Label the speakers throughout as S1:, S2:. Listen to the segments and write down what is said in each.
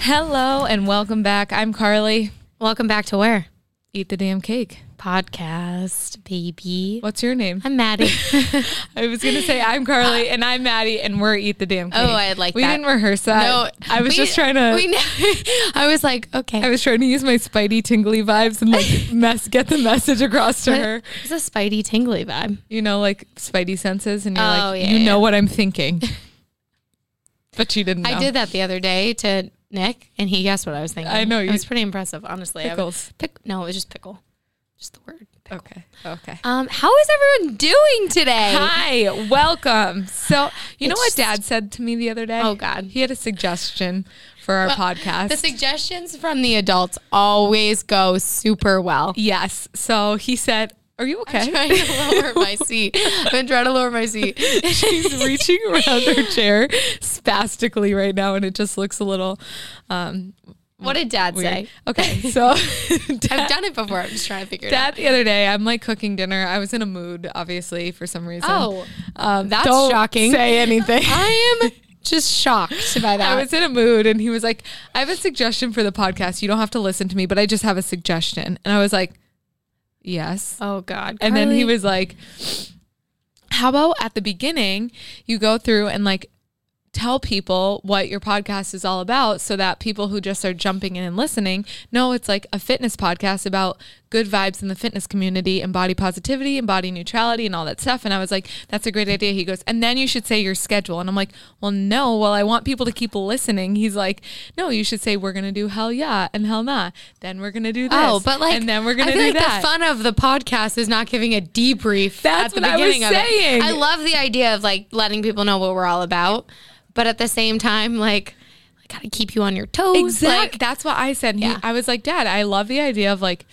S1: Hello and welcome back. I'm Carly.
S2: Welcome back to where?
S1: Eat the damn cake.
S2: Podcast, baby.
S1: What's your name?
S2: I'm Maddie.
S1: I was gonna say I'm Carly and I'm Maddie and we're Eat the Damn Cake.
S2: Oh, I like
S1: we
S2: that.
S1: didn't rehearse that. I was
S2: we-
S1: just trying to.
S2: we know- I was like, okay.
S1: I was trying to use my spidey tingly vibes and like mess get the message across to her.
S2: It's a spidey tingly vibe.
S1: You know, like spidey senses, and you're
S2: Oh,
S1: like,
S2: yeah,
S1: you
S2: yeah.
S1: know what I'm thinking. But she didn't. Know.
S2: I did that the other day to Nick, and he guessed what I was thinking.
S1: I know,
S2: It
S1: you-
S2: was pretty impressive, honestly. I was-
S1: Pickles.
S2: Pick, no, it was just pickle. Just the word.
S1: Okay. Okay.
S2: Um, how is everyone doing today?
S1: Hi, welcome. So, you know what
S2: It's-
S1: dad said to me the other day?
S2: Oh, God.
S1: He had a suggestion for our podcast.
S2: The suggestions from the adults always go super well.
S1: yes. So he said, Are you okay?
S2: trying to lower my seat. I've been trying to lower my seat.
S1: She's reaching around her chair spastically right now, and it just looks a little um,
S2: What did dad
S1: weird.
S2: say?
S1: Okay. So,
S2: I've
S1: dad,
S2: done it before. I'm just trying to figure it
S1: dad
S2: out.
S1: the other day, I'm like cooking dinner. I was in a mood, obviously, for some reason.
S2: Oh,
S1: um,
S2: that's
S1: don't
S2: shocking.
S1: Say anything.
S2: I am just shocked by that.
S1: I was in a mood and he was like, I have a suggestion for the podcast. You don't have to listen to me, but I just have a suggestion. And I was like, yes.
S2: oh God.
S1: And then he
S2: Carly.
S1: was like, how about at the beginning, you go through and like tell people what your podcast is all about so that people who just are jumping in and listening know it's like a fitness podcast about good vibes in the fitness community and body positivity and body neutrality and all that stuff. And I was like, that's a great idea. He goes, and then you should say your schedule. And I'm like, well, no. Well, I want people to keep listening. He's like, no, you should say we're going to do hell yeah and hell nah. Then we're going to do this.
S2: Oh, but like,
S1: and then we're going
S2: I
S1: to do
S2: feel like
S1: that.
S2: The fun of the podcast is not giving a debrief.
S1: That's
S2: at the
S1: what I was
S2: beginning of it.
S1: saying.
S2: I love the idea of like letting people know what we're all about, but at the same time, like, I gotta keep you on your toes.
S1: Exactly.
S2: Like,
S1: That's what I said. And he-
S2: Yeah.
S1: I was like, Dad, I love the idea of like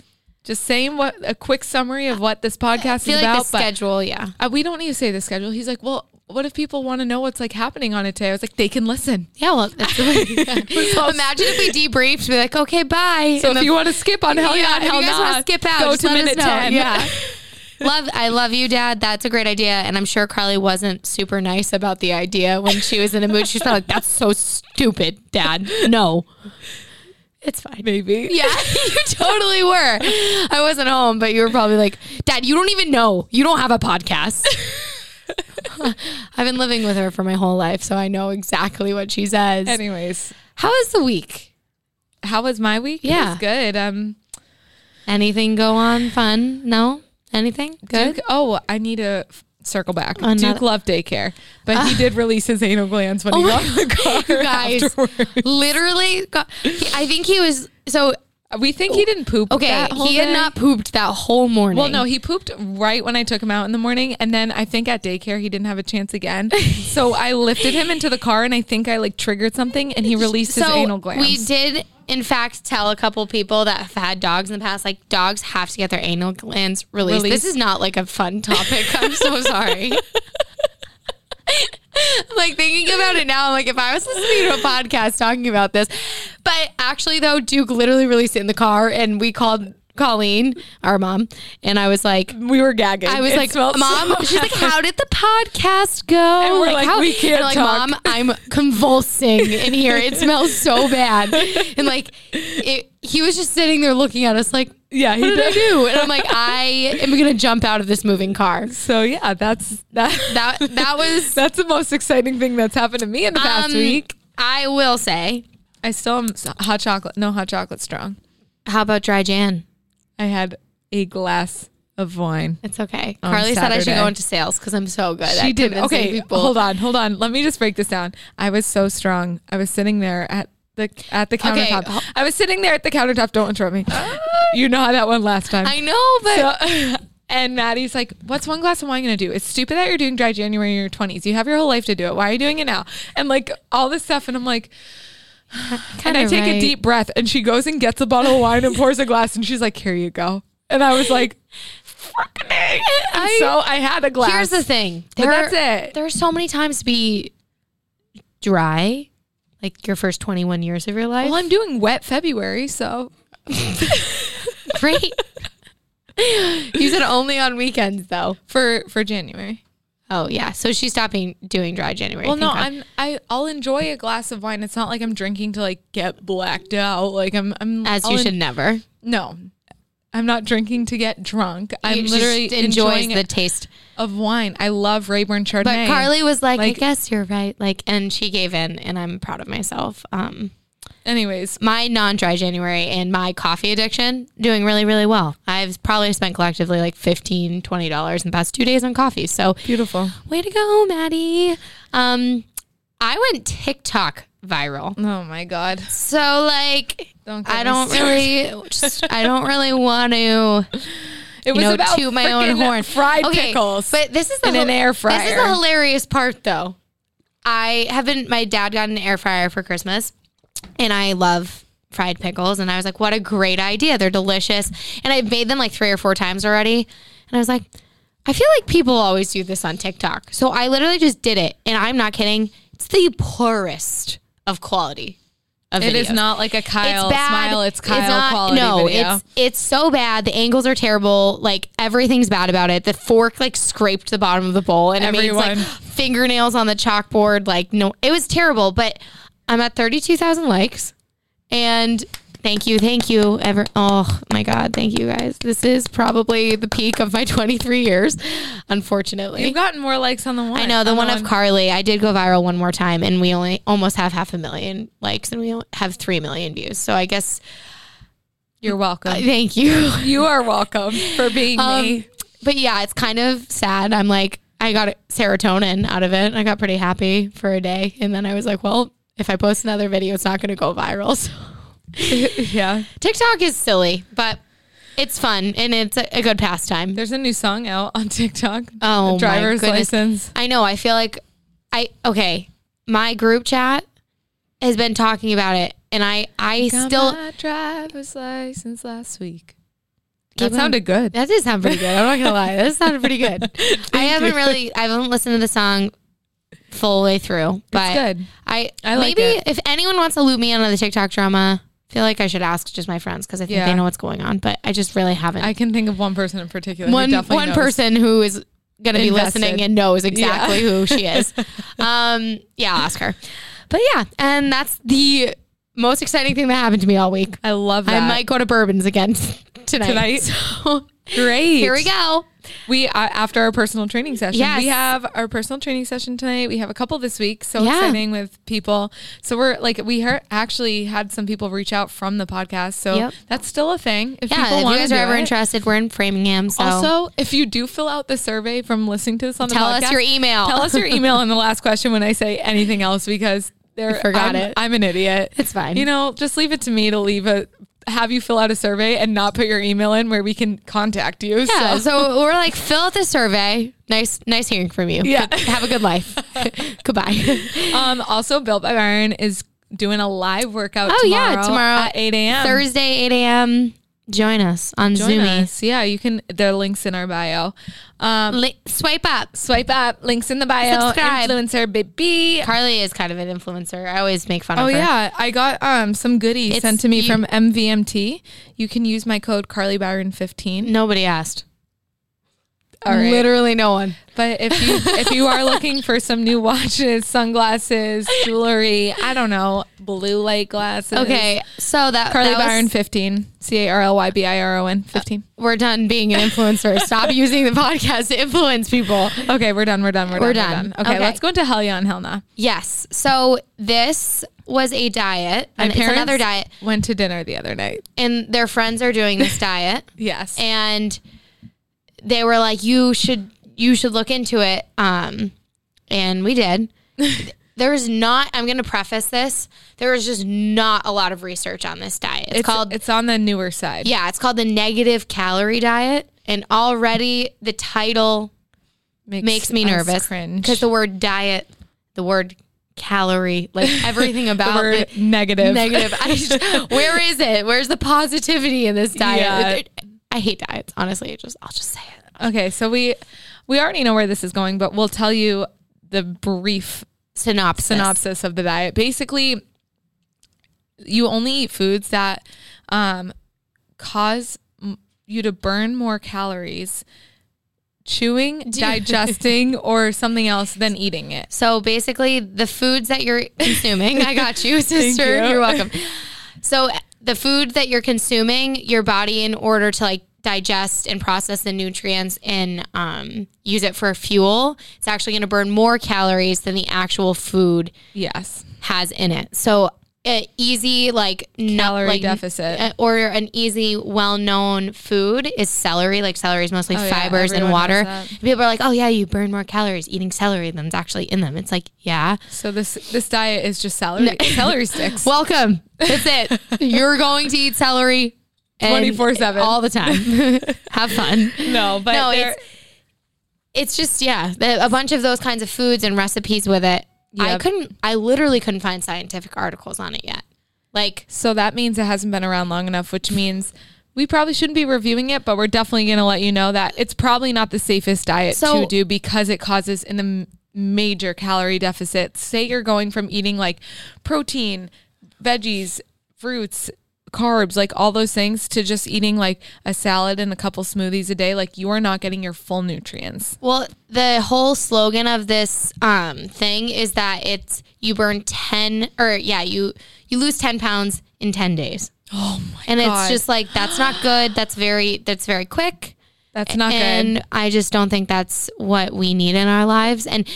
S1: just saying what a quick summary of what this
S2: I
S1: podcast
S2: feel
S1: is
S2: like
S1: about.
S2: the schedule. Yeah.
S1: but uh, we don't need to say the schedule. He's like, Well, what if people want to know what's like happening on it today? I was like, They can listen.
S2: Yeah. Well, that's imagine if we debriefed, be like, okay, bye.
S1: So
S2: And
S1: if
S2: the-
S1: you want to skip on Hell Yeah,
S2: yeah,
S1: and
S2: if you
S1: Hell
S2: guys wanna
S1: Nah,
S2: skip out,
S1: go
S2: just
S1: to
S2: let us
S1: minute
S2: know.
S1: 10.
S2: Yeah. love I love you, Dad. That's a great idea. And I'm sure Carly wasn't super nice about the idea when she was in a mood. She's probably like, That's so stupid, Dad. No. It's fine.
S1: Maybe.
S2: Yeah, you totally were. I wasn't home, but you were probably like, Dad, you don't even know. You don't have a podcast. I've been living with her for my whole life, so I know exactly what she says.
S1: Anyways,
S2: How is the week?
S1: how was my week? It
S2: Yeah.
S1: was good. Um,
S2: Anything go on fun? No? Anything? Good?
S1: Duke, oh, I need to f- circle back.
S2: Another-
S1: Duke loved daycare, but he did release his anal glands when he
S2: Ah. Oh my
S1: got in the car.
S2: You guys,
S1: Oh afterwards.
S2: literally got, he- I think he was so
S1: We think he didn't poop.
S2: okay.
S1: that whole
S2: He had
S1: day.
S2: not pooped that whole morning.
S1: Well, no, he pooped right when I took him out in the morning, and then I think at daycare he didn't have a chance again. so I lifted him into the car, and I think I like triggered something, and he released his anal glands.
S2: we did in fact tell a couple people that have had dogs in the past, like dogs have to get their anal glands released.
S1: Released.
S2: This is not like a fun topic. I'm so sorry. like thinking about it now, I'm like, if I was listening to a podcast talking about this, but actually though, Duke literally released it in the car, and we called Colleen, our mom, and I was like.
S1: we were gagging.
S2: I was
S1: It
S2: like,
S1: smelled
S2: Mom,
S1: so
S2: she's like,
S1: bad.
S2: how did the podcast go? And
S1: we're like, "We can't
S2: like,
S1: talk."
S2: Mom, I'm convulsing in here. It smells so bad. And like, it, he was just sitting there looking at us like,
S1: yeah, he
S2: what did I
S1: did.
S2: do? And I'm like, I am going to jump out of this moving car.
S1: So yeah, that's that.
S2: That, that was
S1: that's the most exciting thing that's happened to me in the past
S2: um,
S1: week.
S2: I will say,
S1: I still am s- hot chocolate. No hot chocolate strong.
S2: how about Dry Jan?
S1: I had a glass of wine.
S2: It's okay.
S1: On
S2: Carly said I should
S1: Saturday.
S2: go into sales because I'm so good.
S1: She
S2: at
S1: did.
S2: convincing
S1: Okay,
S2: people.
S1: hold on, hold on. Let me just break this down. I was so strong. I was sitting there at the at the
S2: Okay,
S1: countertop.
S2: ho- Oh.
S1: I was sitting there at the countertop. Don't interrupt me. you know how that went last time.
S2: I know, but
S1: So- and Maddie's like, "What's one glass of wine going to do? It's stupid that you're doing dry January in your 20s. You have your whole life to do it. Why are you doing it now?" And like all this stuff, and I'm like, and I
S2: Kinda
S1: take a
S2: right.
S1: deep breath, and she goes and gets a bottle of wine and pours a glass, and she's like, "Here you go." And I was like, "Fucking A." And
S2: I-
S1: so I had a glass.
S2: Here's the thing.
S1: But
S2: There
S1: that's
S2: are-
S1: it.
S2: There are so many times to be dry, like your first 21 years of your life.
S1: Well, I'm doing wet February, so
S2: Great. you said only on weekends, though.
S1: for for January.
S2: Oh yeah, so she's stopping doing dry January.
S1: Well, no,
S2: Thank God.
S1: I'm I I'll enjoy a glass of wine. It's not like I'm drinking to like get blacked out. Like I'm I'm
S2: as
S1: I'll
S2: you
S1: en-
S2: should never.
S1: No, I'm not drinking to get drunk. I'm
S2: You just
S1: literally
S2: enjoys
S1: enjoying
S2: the
S1: it
S2: taste.
S1: of wine. I love Rayburn Chardonnay.
S2: But Carly was like,
S1: Like-
S2: I guess you're right. Like, and she gave in, and I'm proud of myself. Um,
S1: anyways,
S2: my non-dry January and my coffee addiction doing really, really well. I've probably spent collectively like 15 dollars in the past two days on coffee. So
S1: beautiful.
S2: way to go, Maddie. Um, I went TikTok viral.
S1: Oh my god.
S2: So like,
S1: Don't get
S2: I
S1: me
S2: don't
S1: started.
S2: really, just, I don't really want to.
S1: It was
S2: you know,
S1: about
S2: toot my own
S1: frickin'
S2: horn.
S1: Fried pickles.
S2: But this is the
S1: in an air
S2: This is
S1: fryer.
S2: the hilarious part, though. I haven't. My dad got an air fryer for Christmas, and I love fried pickles. And I was like, "What a great idea! They're delicious." And I've made them like three or four times already. And I was like, "I feel like people always do this on TikTok." So I literally just did it, and I'm not kidding. It's the poorest of quality. Of
S1: it is
S2: videos
S1: not like a Kyle
S2: it's bad.
S1: smile. It's Kyle
S2: not-
S1: quality
S2: No,
S1: video.
S2: it's it's so bad. The angles are terrible. Like everything's bad about it. The fork like scraped the bottom of the bowl, and it made
S1: Everyone.
S2: like fingernails on the chalkboard. Like no, it was terrible. But I'm at thirty two thousand likes, and. Thank you, thank you, ever. Oh my God, thank you guys. This is probably the peak of my 23 years, unfortunately.
S1: You've gotten more likes on the one.
S2: I know the
S1: on
S2: one of Carly. I did go viral one more time, and we only almost have half a million likes, and we o- have three million views. So I guess
S1: You're welcome.
S2: thank you.
S1: you are welcome for being
S2: Um,
S1: me.
S2: but yeah, it's kind of sad. I'm like, I got serotonin out of it. I got pretty happy for a day, and then I was like, well, if I post another video, it's not going to go viral. So
S1: yeah.
S2: TikTok is silly, but it's fun and it's a, a good pastime.
S1: There's a new song out on TikTok.
S2: Oh, my
S1: driver's
S2: goodness.
S1: license.
S2: I know. I feel like I okay. My group chat has been talking about it, and I I
S1: Got
S2: still
S1: my driver's license last week.
S2: Keep
S1: That sounded good.
S2: that did sound pretty good. I'm not gonna lie, that sounded pretty good. I haven't really I haven't listened to the song full way through, but
S1: good.
S2: I,
S1: I like
S2: maybe
S1: it.
S2: if anyone wants to loop me into the TikTok drama, I feel like I should ask just my friends because I think
S1: Yeah.
S2: they know what's going on, but I just really haven't.
S1: I can think of one person in particular. who
S2: one
S1: definitely
S2: one
S1: knows.
S2: person who is going to be
S1: Invested.
S2: listening and knows exactly who she is. Um, yeah, I'll ask her. But yeah, and that's the most exciting thing that happened to me all week.
S1: I love that.
S2: I might go to Bourbons again tonight.
S1: Tonight?
S2: So
S1: Great.
S2: here we go.
S1: We uh, after our personal training session.
S2: Yes.
S1: We have our personal training session tonight. We have a couple this week. So
S2: Yeah.
S1: exciting with people. So we're like we heard, actually had some people reach out from the podcast. So
S2: Yep.
S1: that's still a thing. If
S2: Yeah,
S1: people
S2: if you
S1: want
S2: guys
S1: to
S2: are
S1: do
S2: ever
S1: it.
S2: interested, we're in Framingham. So
S1: Also, if you do fill out the survey from listening to this on the
S2: Tell
S1: podcast,
S2: us your e-, email.
S1: Tell us your email in the last question when I say anything else because there
S2: forgot
S1: I'm,
S2: it.
S1: I'm an idiot.
S2: It's fine.
S1: You know, just leave it to me to leave a have you fill out a survey and not put your email in where we can contact you.
S2: yeah,
S1: so.
S2: so we're like fill out the survey. Nice, nice hearing from you.
S1: Yeah.
S2: have a good life. Goodbye.
S1: Um, also, Built by Byron is doing a live workout.
S2: Oh,
S1: tomorrow
S2: yeah, tomorrow
S1: at eight a.m.
S2: Thursday, 8 a.m. Join us on
S1: Join
S2: Zoomy.
S1: us. Yeah, you can. There are links in our bio. Um,
S2: Li- swipe up.
S1: swipe up. Links in the bio.
S2: Subscribe.
S1: Influencer baby.
S2: Carly is kind of an influencer. I always make fun
S1: Oh
S2: of her.
S1: yeah, I got um some goodies
S2: It's-
S1: sent to me
S2: you-
S1: from MVMT. You can use my code Carly Byron fifteen.
S2: Nobody asked.
S1: All right.
S2: Literally no one.
S1: But if you if you are looking for some new watches, sunglasses, jewelry, I don't know, blue light glasses.
S2: Okay, so that
S1: Carly
S2: that was-
S1: Byron fifteen. C A R L Y B I R O N fifteen.
S2: we're done being an influencer. Stop using the podcast to influence people.
S1: Okay, we're done. We're done. We're,
S2: We're
S1: done,
S2: done.
S1: We're done. Okay,
S2: Okay.
S1: let's go into hell yeah and hell nah.
S2: Yes. So this was a diet, and it's another diet,
S1: went to dinner the other night.
S2: and their friends are doing this diet.
S1: Yes.
S2: and they were like you should you should look into it um and we did there was not i'm going to preface this there was just not a lot of research on this diet it's,
S1: it's
S2: called
S1: It's on the newer side.
S2: yeah it's called the negative calorie diet and already the title makes me
S1: us
S2: nervous
S1: Cringe.
S2: because the word diet the word calorie like everything
S1: The
S2: about
S1: word
S2: it
S1: negative.
S2: negative. I just, where is it? Where's the positivity in this diet?
S1: Yeah.
S2: I hate diets. Honestly, It just I'll just say it.
S1: Okay, so we we already know where this is going, but we'll tell you the brief
S2: Synopsis.
S1: synopsis of the diet. Basically, you only eat foods that um, cause m- you to burn more calories chewing, digesting, or something else than eating it.
S2: So basically, the foods that you're consuming, I got you, sister.
S1: you.
S2: You. are welcome. So the food that you're consuming, your body, in order to like digest and process the nutrients and um, use it for fuel, it's actually going to burn more calories than the actual food
S1: Yes.
S2: has in it. So an easy like no-
S1: Calorie
S2: like,
S1: deficit.
S2: uh, or an easy well-known food is celery. Like celery is mostly
S1: Oh, yeah,
S2: fibers and
S1: everyone
S2: water.
S1: knows that.
S2: People are like, "Oh yeah, you burn more calories eating celery than's actually in them." It's like, "Yeah,
S1: So this this diet is just celery celery sticks.
S2: welcome. That's it. You're going to eat celery and
S1: 24/7.
S2: all the time. Have fun."
S1: no, but
S2: no,
S1: there-
S2: it's it's just yeah, the, a bunch of those kinds of foods and recipes with it. I
S1: Yep.
S2: couldn't. I literally couldn't find scientific articles on it yet. Like
S1: so that means it hasn't been around long enough, which means we probably shouldn't be reviewing it, but we're definitely going to let you know that it's probably not the safest diet
S2: So-
S1: to do because it causes in the m- major calorie deficit. Say you're going from eating like protein, veggies, fruits, carbs, like all those things to just eating like a salad and a couple smoothies a day, like you are not getting your full nutrients.
S2: Well, the whole slogan of this um, thing is that it's you burn ten or yeah you you lose ten pounds in ten days,
S1: Oh my
S2: and
S1: God.
S2: it's just like that's not good. That's very that's very quick,
S1: That's not
S2: and
S1: good.
S2: I just don't think that's what we need in our lives. And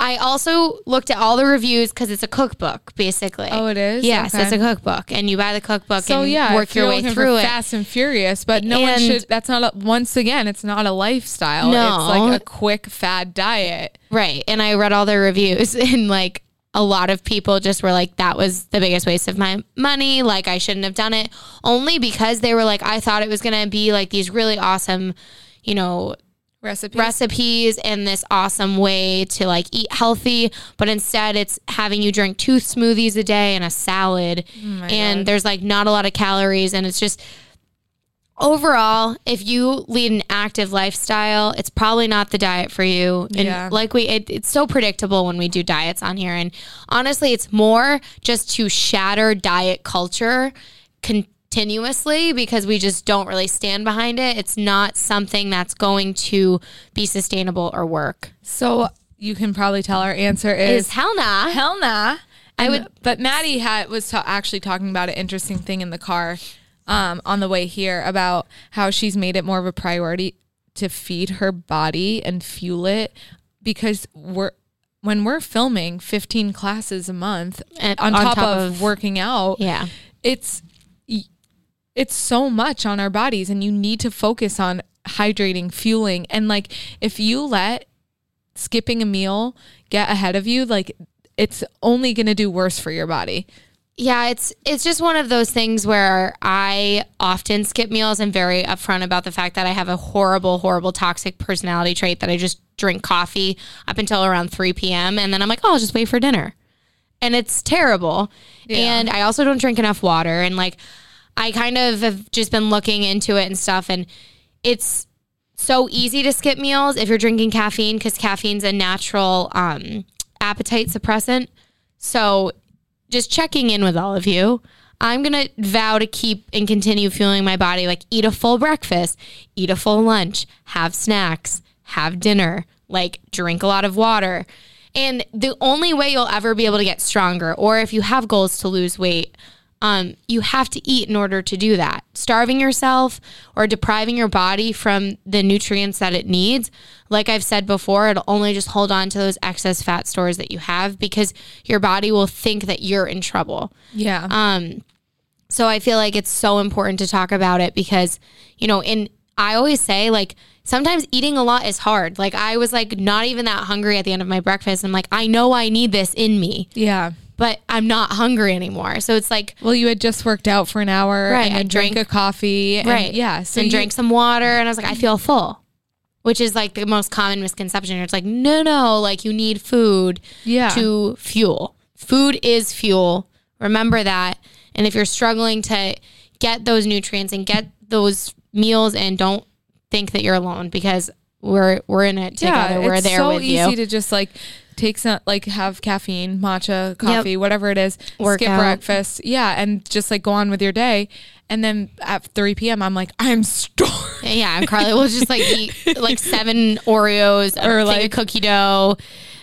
S2: I also looked at all the reviews because it's a cookbook basically.
S1: Oh, it is?
S2: Yes,
S1: Okay.
S2: it's a cookbook, and you buy the cookbook
S1: So
S2: and
S1: yeah,
S2: work
S1: if you're
S2: your way
S1: looking for
S2: through it.
S1: fast and furious, but no one
S2: And-
S1: should. That's not a, once again, it's not a lifestyle. it's
S2: No.
S1: like a quick fad diet.
S2: Right. And I read all their reviews and like a lot of people just were like, that was the biggest waste of my money. Like I shouldn't have done it only because they were like, I thought it was going to be like these really awesome, you know,
S1: Recipe.
S2: recipes and this awesome way to like eat healthy. But instead it's having you drink two smoothies a day and a salad. and there's like not a lot of calories and it's just, overall, if you lead an active lifestyle, it's probably not the diet for you. And
S1: Yeah.
S2: like we, it, it's so predictable when we do diets on here. And honestly, it's more just to shatter diet culture continuously because we just don't really stand behind it. It's not something that's going to be sustainable or work.
S1: so you can probably tell our answer is,
S2: Is hell nah.
S1: hell nah. I would, but Maddie had was ta- actually talking about an interesting thing in the car um, on the way here about how she's made it more of a priority to feed her body and fuel it because we're when we're filming 15 classes a month
S2: And
S1: on, top, of,
S2: of-
S1: working out
S2: yeah.
S1: it's it's so much on our bodies and you need to focus on hydrating fueling and like if you let skipping a meal get ahead of you like it's only going to do worse for your body
S2: Yeah, it's it's just one of those things where I often skip meals and very upfront about the fact that I have a horrible, horrible toxic personality trait that I just drink coffee up until around three p.m. and then I'm like, oh, I'll just wait for dinner, and it's terrible. And I also don't drink enough water, and like I kind of have just been looking into it and stuff, and it's so easy to skip meals if you're drinking caffeine because caffeine's a natural um, appetite suppressant. So, just checking in with all of you, I'm going to vow to keep and continue fueling my body like eat a full breakfast, eat a full lunch, have snacks, have dinner, like drink a lot of water. And the only way you'll ever be able to get stronger, or if you have goals to lose weight, um, you have to eat in order to do that. Starving yourself or depriving your body from the nutrients that it needs, like I've said before, it'll only just hold on to those excess fat stores that you have because your body will think that you're in trouble.
S1: yeah
S2: So I feel like it's so important to talk about it because, you know, and I always say like sometimes eating a lot is hard. Like I was like not even that hungry at the end of my breakfast. I'm like, I know I need this in me,
S1: yeah
S2: but I'm not hungry anymore. So it's like
S1: well you had just worked out for an hour
S2: Right,
S1: and
S2: I
S1: then drank a
S2: drank-
S1: coffee and,
S2: right
S1: yeah so
S2: and
S1: you-
S2: drank some water and i was like i feel full which is like the most common misconception it's like no no like you need food
S1: Yeah.
S2: to fuel food is fuel remember that and if you're struggling to get those nutrients and get those meals and don't think that you're alone because we're we're in it together we're
S1: it's
S2: there
S1: so
S2: with
S1: easy
S2: you
S1: to just like take some, like have caffeine, matcha, coffee, whatever it is,
S2: Work
S1: skip
S2: out.
S1: breakfast. Yeah. And just like go on with your day. And then at 3 p.m., I'm like, I'm starving.
S2: Yeah, and Carly will just like eat like seven Oreos
S1: Or,
S2: or like
S1: like,
S2: a cookie dough,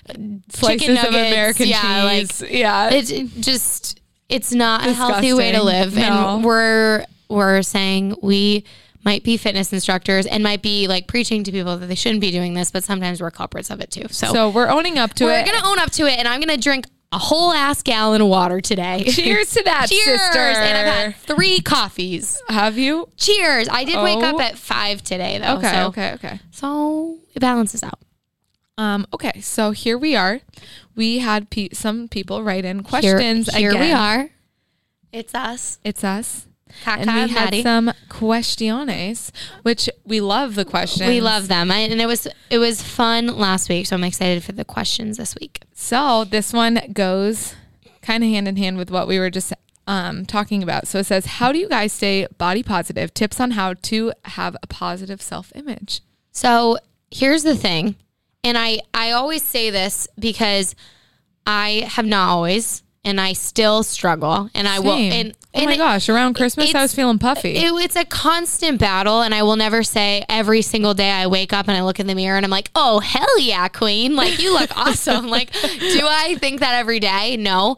S1: Slices
S2: chicken nuggets,
S1: of American
S2: yeah,
S1: cheese. yeah.
S2: Like it just it's not a healthy way to
S1: Disgusting.
S2: live,
S1: No.
S2: and we're we're saying we might be fitness instructors and might be like preaching to people that they shouldn't be doing this, but sometimes we're culprits of it too. So,
S1: so we're owning up to
S2: we're
S1: it.
S2: gonna own up to it, and I'm gonna drink a whole ass gallon of water today.
S1: Cheers to that,
S2: Cheers!
S1: sister.
S2: And I've had three coffees.
S1: Have you?
S2: Cheers! I did wake
S1: Oh.
S2: up at five today though.
S1: Okay,
S2: so-
S1: okay, okay.
S2: so it balances out.
S1: Um, okay, so here we are. We had pe- some people write in questions.
S2: Here, here we
S1: again.
S2: are. It's us.
S1: It's us.
S2: Kaka
S1: And we
S2: and
S1: had
S2: Maddie.
S1: some questiones, which we love the questions.
S2: we love them, I, and it was it was fun last week. So I'm excited for the questions this week.
S1: So this one goes kind of hand in hand with what we were just um, talking about. So it says, "How do you guys stay body positive? Tips on how to have a positive self image."
S2: So here's the thing, and I I always say this because I have not always, and I still struggle, and I will.
S1: Same.
S2: And,
S1: oh
S2: and
S1: my
S2: it-
S1: gosh! Around Christmas, I
S2: it's-
S1: was feeling puffy.
S2: It, it's a constant battle, and I will never say every single day I wake up and I look in the mirror and I'm like, oh, hell yeah, queen. Like, you look awesome. Like, do I think that every day? No.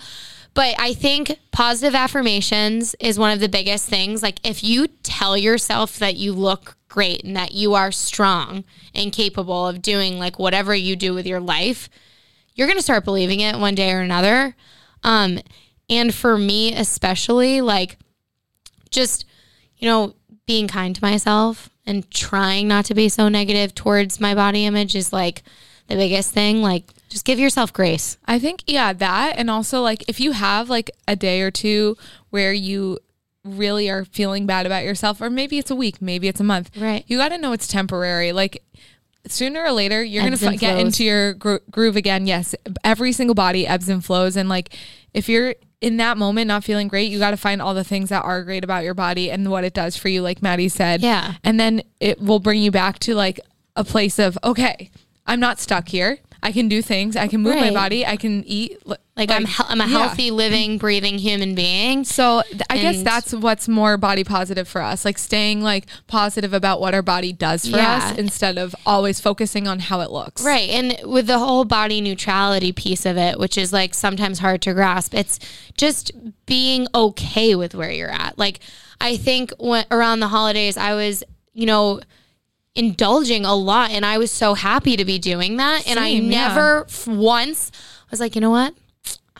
S2: But I think positive affirmations is one of the biggest things. Like, if you tell yourself that you look great and that you are strong and capable of doing like whatever you do with your life, you're going to start believing it one day or another. Um, and for me, especially, like just, you know, being kind to myself and trying not to be so negative towards my body image is like the biggest thing. Like, just give yourself grace.
S1: I think, yeah, that. And also, like, if you have like a day or two where you really are feeling bad about yourself, or maybe it's a week, maybe it's a month,
S2: Right.
S1: You got to know it's temporary. Like, sooner or later, you're going
S2: Ebbs
S1: to
S2: and
S1: f- get
S2: flows.
S1: into your gro- groove again. Yes. Every single body ebbs and flows. And, like, if you're in that moment not feeling great, you got to find all the things that are great about your body and what it does for you, like Maddie said.
S2: Yeah.
S1: And then it will bring you back to like a place of, okay, I'm not stuck here. I can do things. I can move my
S2: Right.
S1: body. I can eat. li-
S2: Like, I'm, hel- I'm a
S1: yeah.
S2: healthy, living, breathing human being.
S1: So th- I guess
S2: And-
S1: that's what's more body positive for us, like staying like positive about what our body does for
S2: Yeah.
S1: us instead of always focusing on how it looks.
S2: Right. And with the whole body neutrality piece of it, which is like sometimes hard to grasp, it's just being okay with where you're at. Like, I think when, around the holidays, I was, you know, indulging a lot and I was so happy to be doing that. and I
S1: Same, yeah.
S2: never f- once was like, you know what?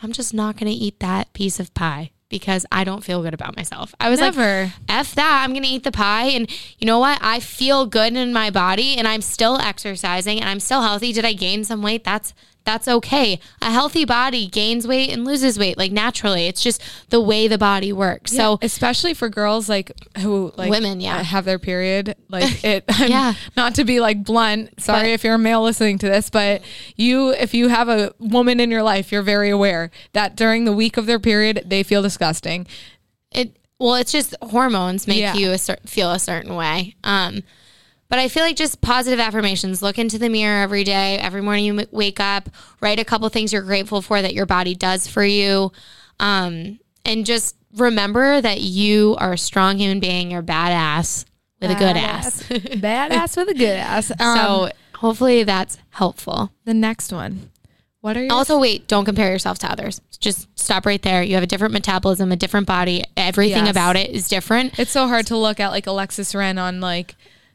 S2: I'm just not going to eat that piece of pie because I don't feel good about myself. I was like,
S1: Never.
S2: F that. I'm going to eat the pie. And you know what? I feel good in my body and I'm still exercising and I'm still healthy. Did I gain some weight? That's that's okay. A healthy body gains weight and loses weight like naturally. It's just the way the body works. So
S1: Especially for girls like who like uh,
S2: Women, yeah.
S1: have their period like it.
S2: Yeah.
S1: yeah, not to be like blunt. Sorry if you're a male listening to this, but you if you have a woman in your life, you're very aware that during the week of their period they feel disgusting.
S2: It well, it's just hormones make
S1: Yeah.
S2: you a cer- feel a certain way. Um, but I feel like just positive affirmations. Look into the mirror every day. Every morning you m- wake up, write a couple things you're grateful for that your body does for you, um, and just remember that you are a strong human being. You're badass with a good ass.
S1: badass Um, with a good ass. so
S2: so hopefully that's helpful.
S1: the next one, what are your
S2: Also, wait, don't compare yourself to others. Just stop right there. You have a different metabolism, a different body. Everything
S1: Yes.
S2: about it is different.
S1: It's so hard to look at like Alexis Wren on like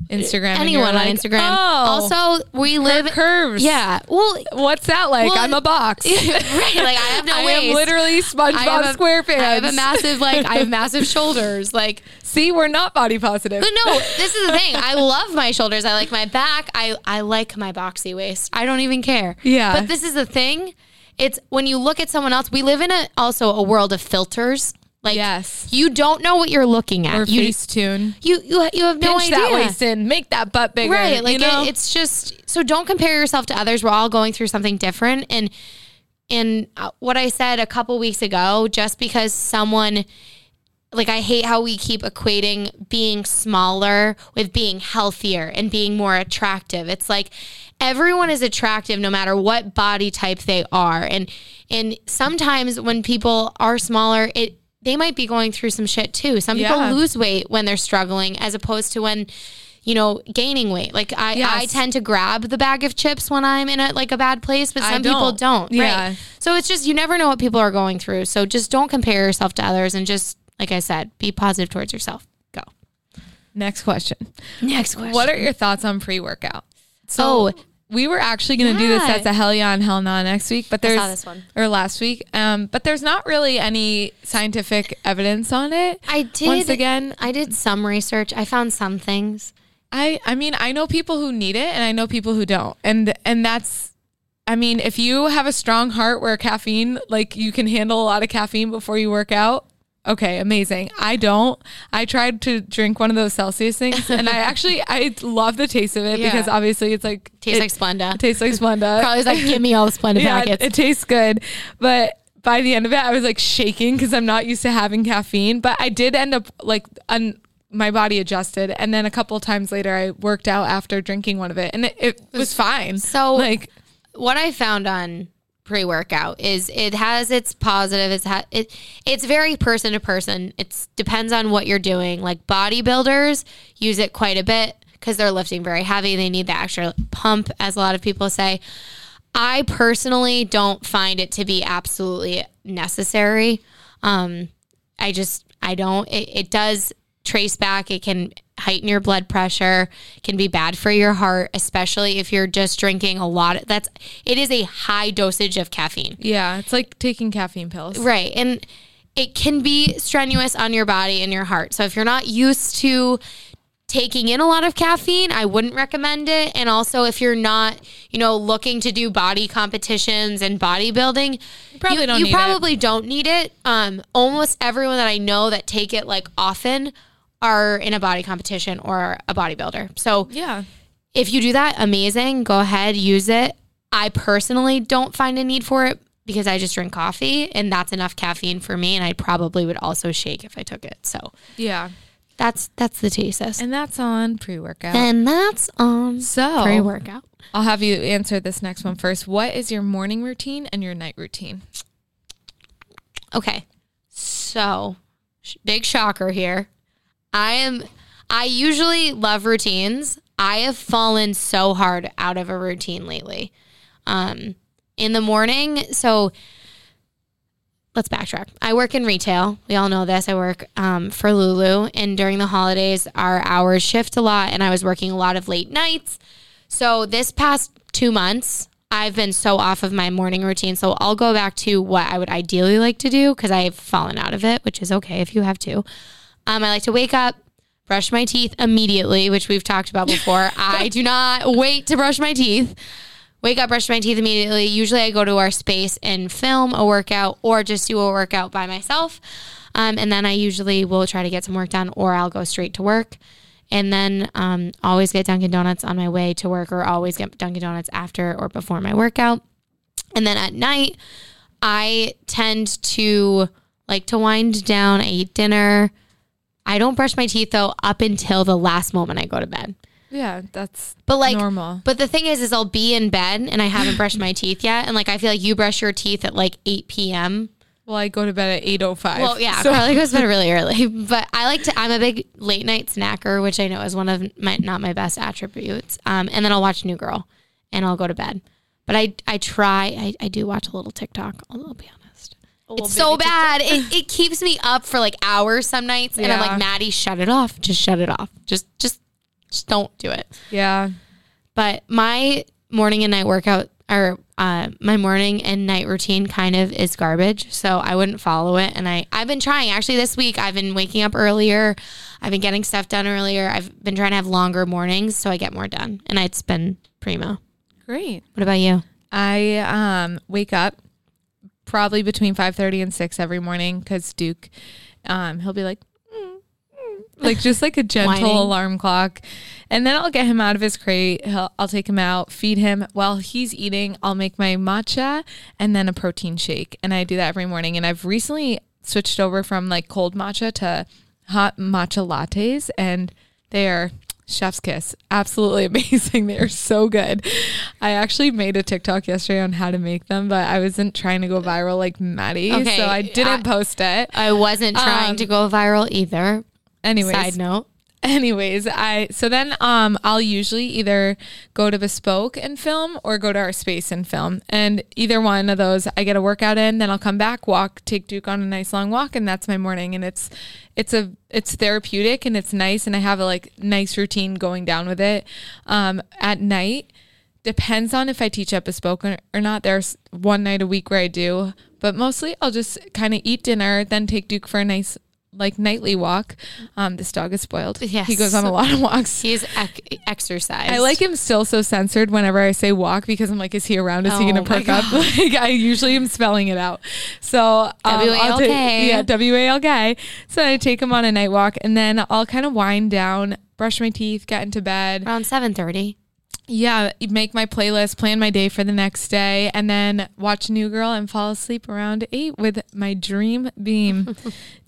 S1: Instagram. and
S2: anyone on
S1: you're like,
S2: Instagram.
S1: Oh,
S2: also, we live
S1: curves.
S2: Yeah. Well,
S1: what's that like?
S2: Well,
S1: I'm a box.
S2: right. Like I have no
S1: I
S2: waist.
S1: am literally SpongeBob
S2: I have a-
S1: SquarePants.
S2: I have a massive like I have massive shoulders. Like
S1: See, we're not body positive.
S2: but no, this is the thing. I love my shoulders. I like my back. I I like my boxy waist. I don't even care.
S1: Yeah.
S2: But this is the thing. It's when you look at someone else. We live in a also a world of filters. Like
S1: Yes.
S2: you don't know what you're looking at.
S1: Or
S2: you,
S1: face tune.
S2: you you you have no
S1: Pinch
S2: idea.
S1: that waist in. Make that butt bigger.
S2: Right. Like
S1: you know?
S2: it, it's just so don't compare yourself to others. We're all going through something different. And and uh, what I said a couple weeks ago, just because someone like I hate how we keep equating being smaller with being healthier and being more attractive. It's like everyone is attractive no matter what body type they are. And and sometimes when people are smaller, it they might be going through some shit too. Some
S1: Yeah.
S2: people lose weight when they're struggling as opposed to when you know, gaining weight. Like I, I
S1: Yes.
S2: tend to grab the bag of chips when I'm in a like a bad place, but
S1: I
S2: some people
S1: don't.
S2: don't.
S1: Yeah.
S2: Right. So it's just you never know what people are going through. So just don't compare yourself to others and just like I said, be positive towards yourself. Go.
S1: Next question.
S2: Next question.
S1: What are your thoughts on pre workout?
S2: so
S1: we were actually going to do this
S2: Oh. Yeah.
S1: as a hell yeah and hell nah next week, but
S2: I saw
S1: there's
S2: this one.
S1: or last week, um, but there's not really any scientific evidence on it.
S2: I did
S1: once again.
S2: I did some research. I found some things.
S1: I I mean I know people who need it and I know people who don't, and and that's. I mean, if you have a strong heart where caffeine, like you can handle a lot of caffeine before you work out, okay, amazing. I don't. I tried to drink one of those Celsius things, and I actually I love the taste of it
S2: Yeah.
S1: because obviously it's like
S2: Tastes
S1: it
S2: like Splenda.
S1: tastes like Splenda.
S2: Carly's like, give me all the Splenda
S1: yeah, it,
S2: packets.
S1: it tastes good. But by the end of it, I was like shaking because I'm not used to having caffeine. But I did end up like un- my body adjusted, and then a couple of times later, I worked out after drinking one of it, and it, it was fine.
S2: so-
S1: like
S2: what I found on pre workout is it has its positive. It's ha- it it's very person to person. It depends on what you're doing. Like bodybuilders use it quite a bit because they're lifting very heavy. They need the extra pump, as a lot of people say. I personally don't find it to be absolutely necessary. Um, I just I don't. It, it does trace back. It can heighten your blood pressure. It can be bad for your heart, especially if you're just drinking a lot. That's it is a high dosage of caffeine.
S1: yeah, it's like taking caffeine pills.
S2: Right. And it can be strenuous on your body and your heart. So if you're not used to taking in a lot of caffeine, I wouldn't recommend it. And also if you're not, you know, looking to do body competitions and bodybuilding, you
S1: probably don't
S2: you
S1: need it.
S2: probably don't need it. Um almost everyone that I know that take it like often are in a body competition or a bodybuilder. So
S1: Yeah,
S2: if you do that, amazing. Go ahead, use it. I personally don't find a need for it because I just drink coffee and that's enough caffeine for me. And I probably would also shake if I took it. So
S1: yeah,
S2: that's that's the thesis.
S1: and that's on pre workout.
S2: And that's on
S1: So
S2: pre workout.
S1: I'll have you answer this next one first. What is your morning routine and your night routine?
S2: Okay. So, sh- big shocker here. I am I usually love routines. I have fallen so hard out of a routine lately. Um in the morning, so let's backtrack. I work in retail. We all know this. I work um, for Lulu, and during the holidays, our hours shift a lot, and I was working a lot of late nights. So this past two months, I've been so off of my morning routine. So I'll go back to what I would ideally like to do because I've fallen out of it, which is okay if you have to. Um, I like to wake up, brush my teeth immediately, which we've talked about before. I do not wait to brush my teeth. Wake up, brush my teeth immediately. Usually I go to our space and film a workout or just do a workout by myself. Um, and then I usually will try to get some work done or I'll go straight to work. And then um, always get Dunkin' Donuts on my way to work or always get Dunkin' Donuts after or before my workout. And then at night, I tend to like to wind down. I eat dinner. I don't brush my teeth though up until the last moment I go to bed.
S1: Yeah, that's
S2: But like
S1: Normal.
S2: But the thing is, is I'll be in bed and I haven't brushed my teeth yet, and like I feel like you brush your teeth at like eight p.m.
S1: well, I go to bed at eight oh five.
S2: Well, yeah, Carly goes to bed really early, but I like to. I'm a big late night snacker, which I know is one of my not my best attributes. Um, and then I'll watch New Girl, and I'll go to bed. But I I try. I, I do watch a little TikTok. I'll, I'll be honest. It's so bad. It, it keeps me up for like hours some nights, and I'm
S1: Yeah.
S2: like, Maddie, shut it off. Just shut it off. Just just just don't do it.
S1: yeah.
S2: But my morning and night workout or uh, my morning and night routine kind of is garbage. So I wouldn't follow it. And I, I've been trying actually this week. I've been waking up earlier. I've been getting stuff done earlier. I've been trying to have longer mornings so I get more done. And it's been primo.
S1: Great.
S2: What about you?
S1: I um, wake up probably between five thirty and six every morning because Duke, um, he'll be like, "Mm, mm," like just like a gentle
S2: Whining.
S1: alarm clock, and then I'll get him out of his crate. He'll, I'll take him out, feed him while he's eating. I'll make my matcha and then a protein shake, and I do that every morning. And I've recently switched over from like cold matcha to hot matcha lattes, and they are chef's kiss. Absolutely amazing. They are so good. I actually made a TikTok yesterday on how to make them, but I wasn't trying to go viral like Maddie,
S2: Okay,
S1: so I didn't
S2: I-
S1: post it.
S2: I wasn't trying
S1: Um,
S2: to go viral either.
S1: Anyways,
S2: Side note.
S1: anyways i so then um i'll usually either go to bespoke and film or go to our space and film and either one of those i get a workout in then i'll come back walk take duke on a nice long walk and that's my morning and it's it's a it's therapeutic and it's nice and i have a like nice routine going down with it um at night depends on if I teach at bespoke or or not. There's one night a week where I do, but mostly I'll just kind of eat dinner, then take Duke for a nice like nightly walk. Um, this dog is spoiled.
S2: Yes.
S1: he goes on a lot of walks.
S2: He's ec- exercised.
S1: I like him still so censored whenever I say walk because I'm like, is he around? Is he
S2: Oh
S1: gonna
S2: my
S1: perk up? Like I usually am spelling it out. So um, I'll take-
S2: WALK.
S1: yeah, W A L K. So I take him on a night walk and then I'll kind of wind down, brush my teeth, get into bed.
S2: around 7:30.
S1: Yeah, make my playlist, plan my day for the next day, and then watch New Girl and fall asleep around eight with my dream beam.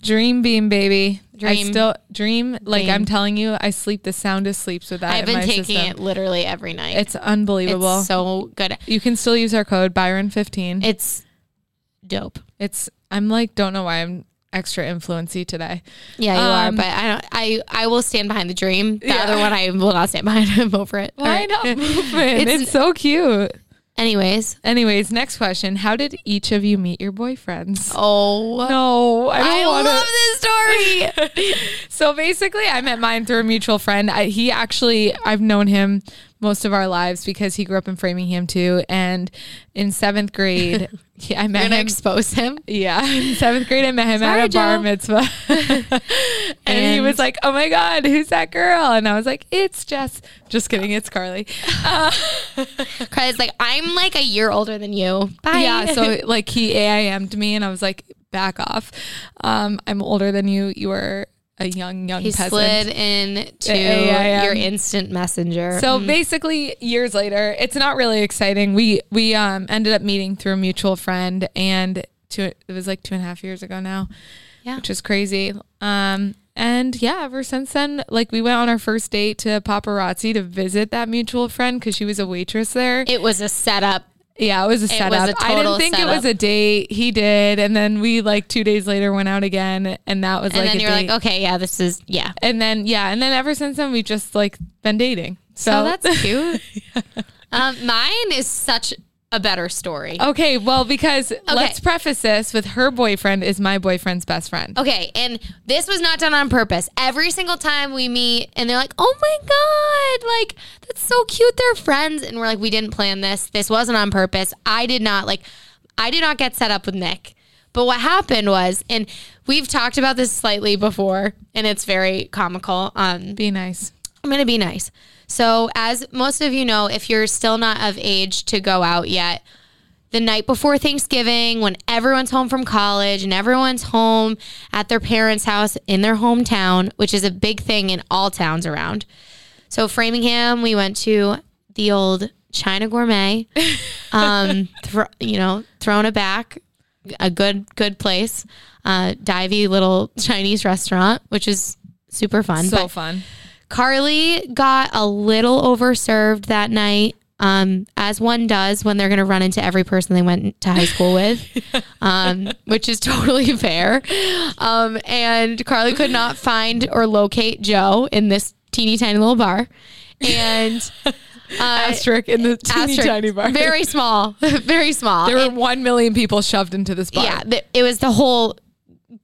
S1: dream beam, baby. I
S2: Dream.
S1: still dream. Like
S2: Beam.
S1: I'm telling you, I sleep the soundest sleeps with that.
S2: I've
S1: in
S2: been
S1: my
S2: taking
S1: system.
S2: it literally every night.
S1: It's unbelievable.
S2: It's so good.
S1: you can still use our code Byron15.
S2: It's dope.
S1: it's I'm like don't know why I'm extra influency today.
S2: Yeah, you
S1: Um,
S2: are, but I don't. I I will stand behind the dream. The
S1: Yeah.
S2: other one, I will not stand behind. I'm over it. All right.
S1: movement?
S2: It's-
S1: It's, so cute.
S2: Anyways,
S1: Anyways, next question. How did each of you meet your boyfriends?
S2: oh,
S1: No, I don't
S2: I
S1: want
S2: love
S1: to.
S2: this story.
S1: So basically, I met mine through a mutual friend. I, he actually, I've known him most of our lives because he grew up in Framingham too. And in seventh grade, he, I
S2: You're
S1: met
S2: gonna
S1: him.
S2: expose him.
S1: yeah, in seventh grade, I met him
S2: Sorry,
S1: at a bar
S2: Joe.
S1: mitzvah, and, he
S2: And-
S1: was like, "Oh my God, who's that girl?" And I was like, "It's Jess." Just kidding, it's Carly.
S2: Cause like I'm like a year older than you. Bye.
S1: Yeah, so like he AIM'd me, and I was like, "Back off! Um, I'm older than you. You are a young, young
S2: he
S1: peasant."
S2: slid into
S1: The AIM.
S2: your instant messenger.
S1: So basically, years later, it's not really exciting. We we um ended up meeting through a mutual friend, and two it was like two and a half years ago now,
S2: Yeah.
S1: which is crazy. Um, and yeah, ever since then, like we went on our first date to paparazzi to visit that mutual friend because she was a waitress there.
S2: it was a setup.
S1: yeah, it was a
S2: was
S1: setup.
S2: a
S1: I didn't
S2: total
S1: think it was
S2: setup.
S1: a date. He did, and then we like two days later went out again, and that was
S2: And
S1: like
S2: then
S1: a
S2: you're
S1: date.
S2: like, okay, yeah, this is yeah.
S1: and then yeah, and then ever since then we've just like been dating. So,
S2: So that's cute. Oh. um, mine is such a better story.
S1: Okay, well, because let's preface this with her boyfriend is my boyfriend's best friend.
S2: Okay, and this was not done on purpose. Every single time we meet, and they're like, "Oh my god, like that's so cute. They're friends," and we're like, "We didn't plan this. This wasn't on purpose. I did not like, I did not get set up with Nick." But what happened was, and we've talked about this slightly before, and it's very comical. Um,
S1: Be nice.
S2: I'm going to be nice. So, as most of you know, if you're still not of age to go out yet, the night before Thanksgiving, when everyone's home from college and everyone's home at their parents' house in their hometown, which is a big thing in all towns around. So, Framingham, we went to the old China Gourmet, um, thro- you know, thrown it back, a good, good place, uh, divey little Chinese restaurant, which is super fun.
S1: So
S2: But-
S1: fun.
S2: Carly got a little overserved that night, um, as one does when they're going to run into every person they went to high school with, um, which is totally fair. Um, and Carly could not find or locate Joe in this teeny tiny little bar. And uh,
S1: Asterisk in the teeny
S2: asterisk,
S1: tiny bar.
S2: Very small, very small.
S1: there were one million people shoved into this bar.
S2: yeah, th- it was the whole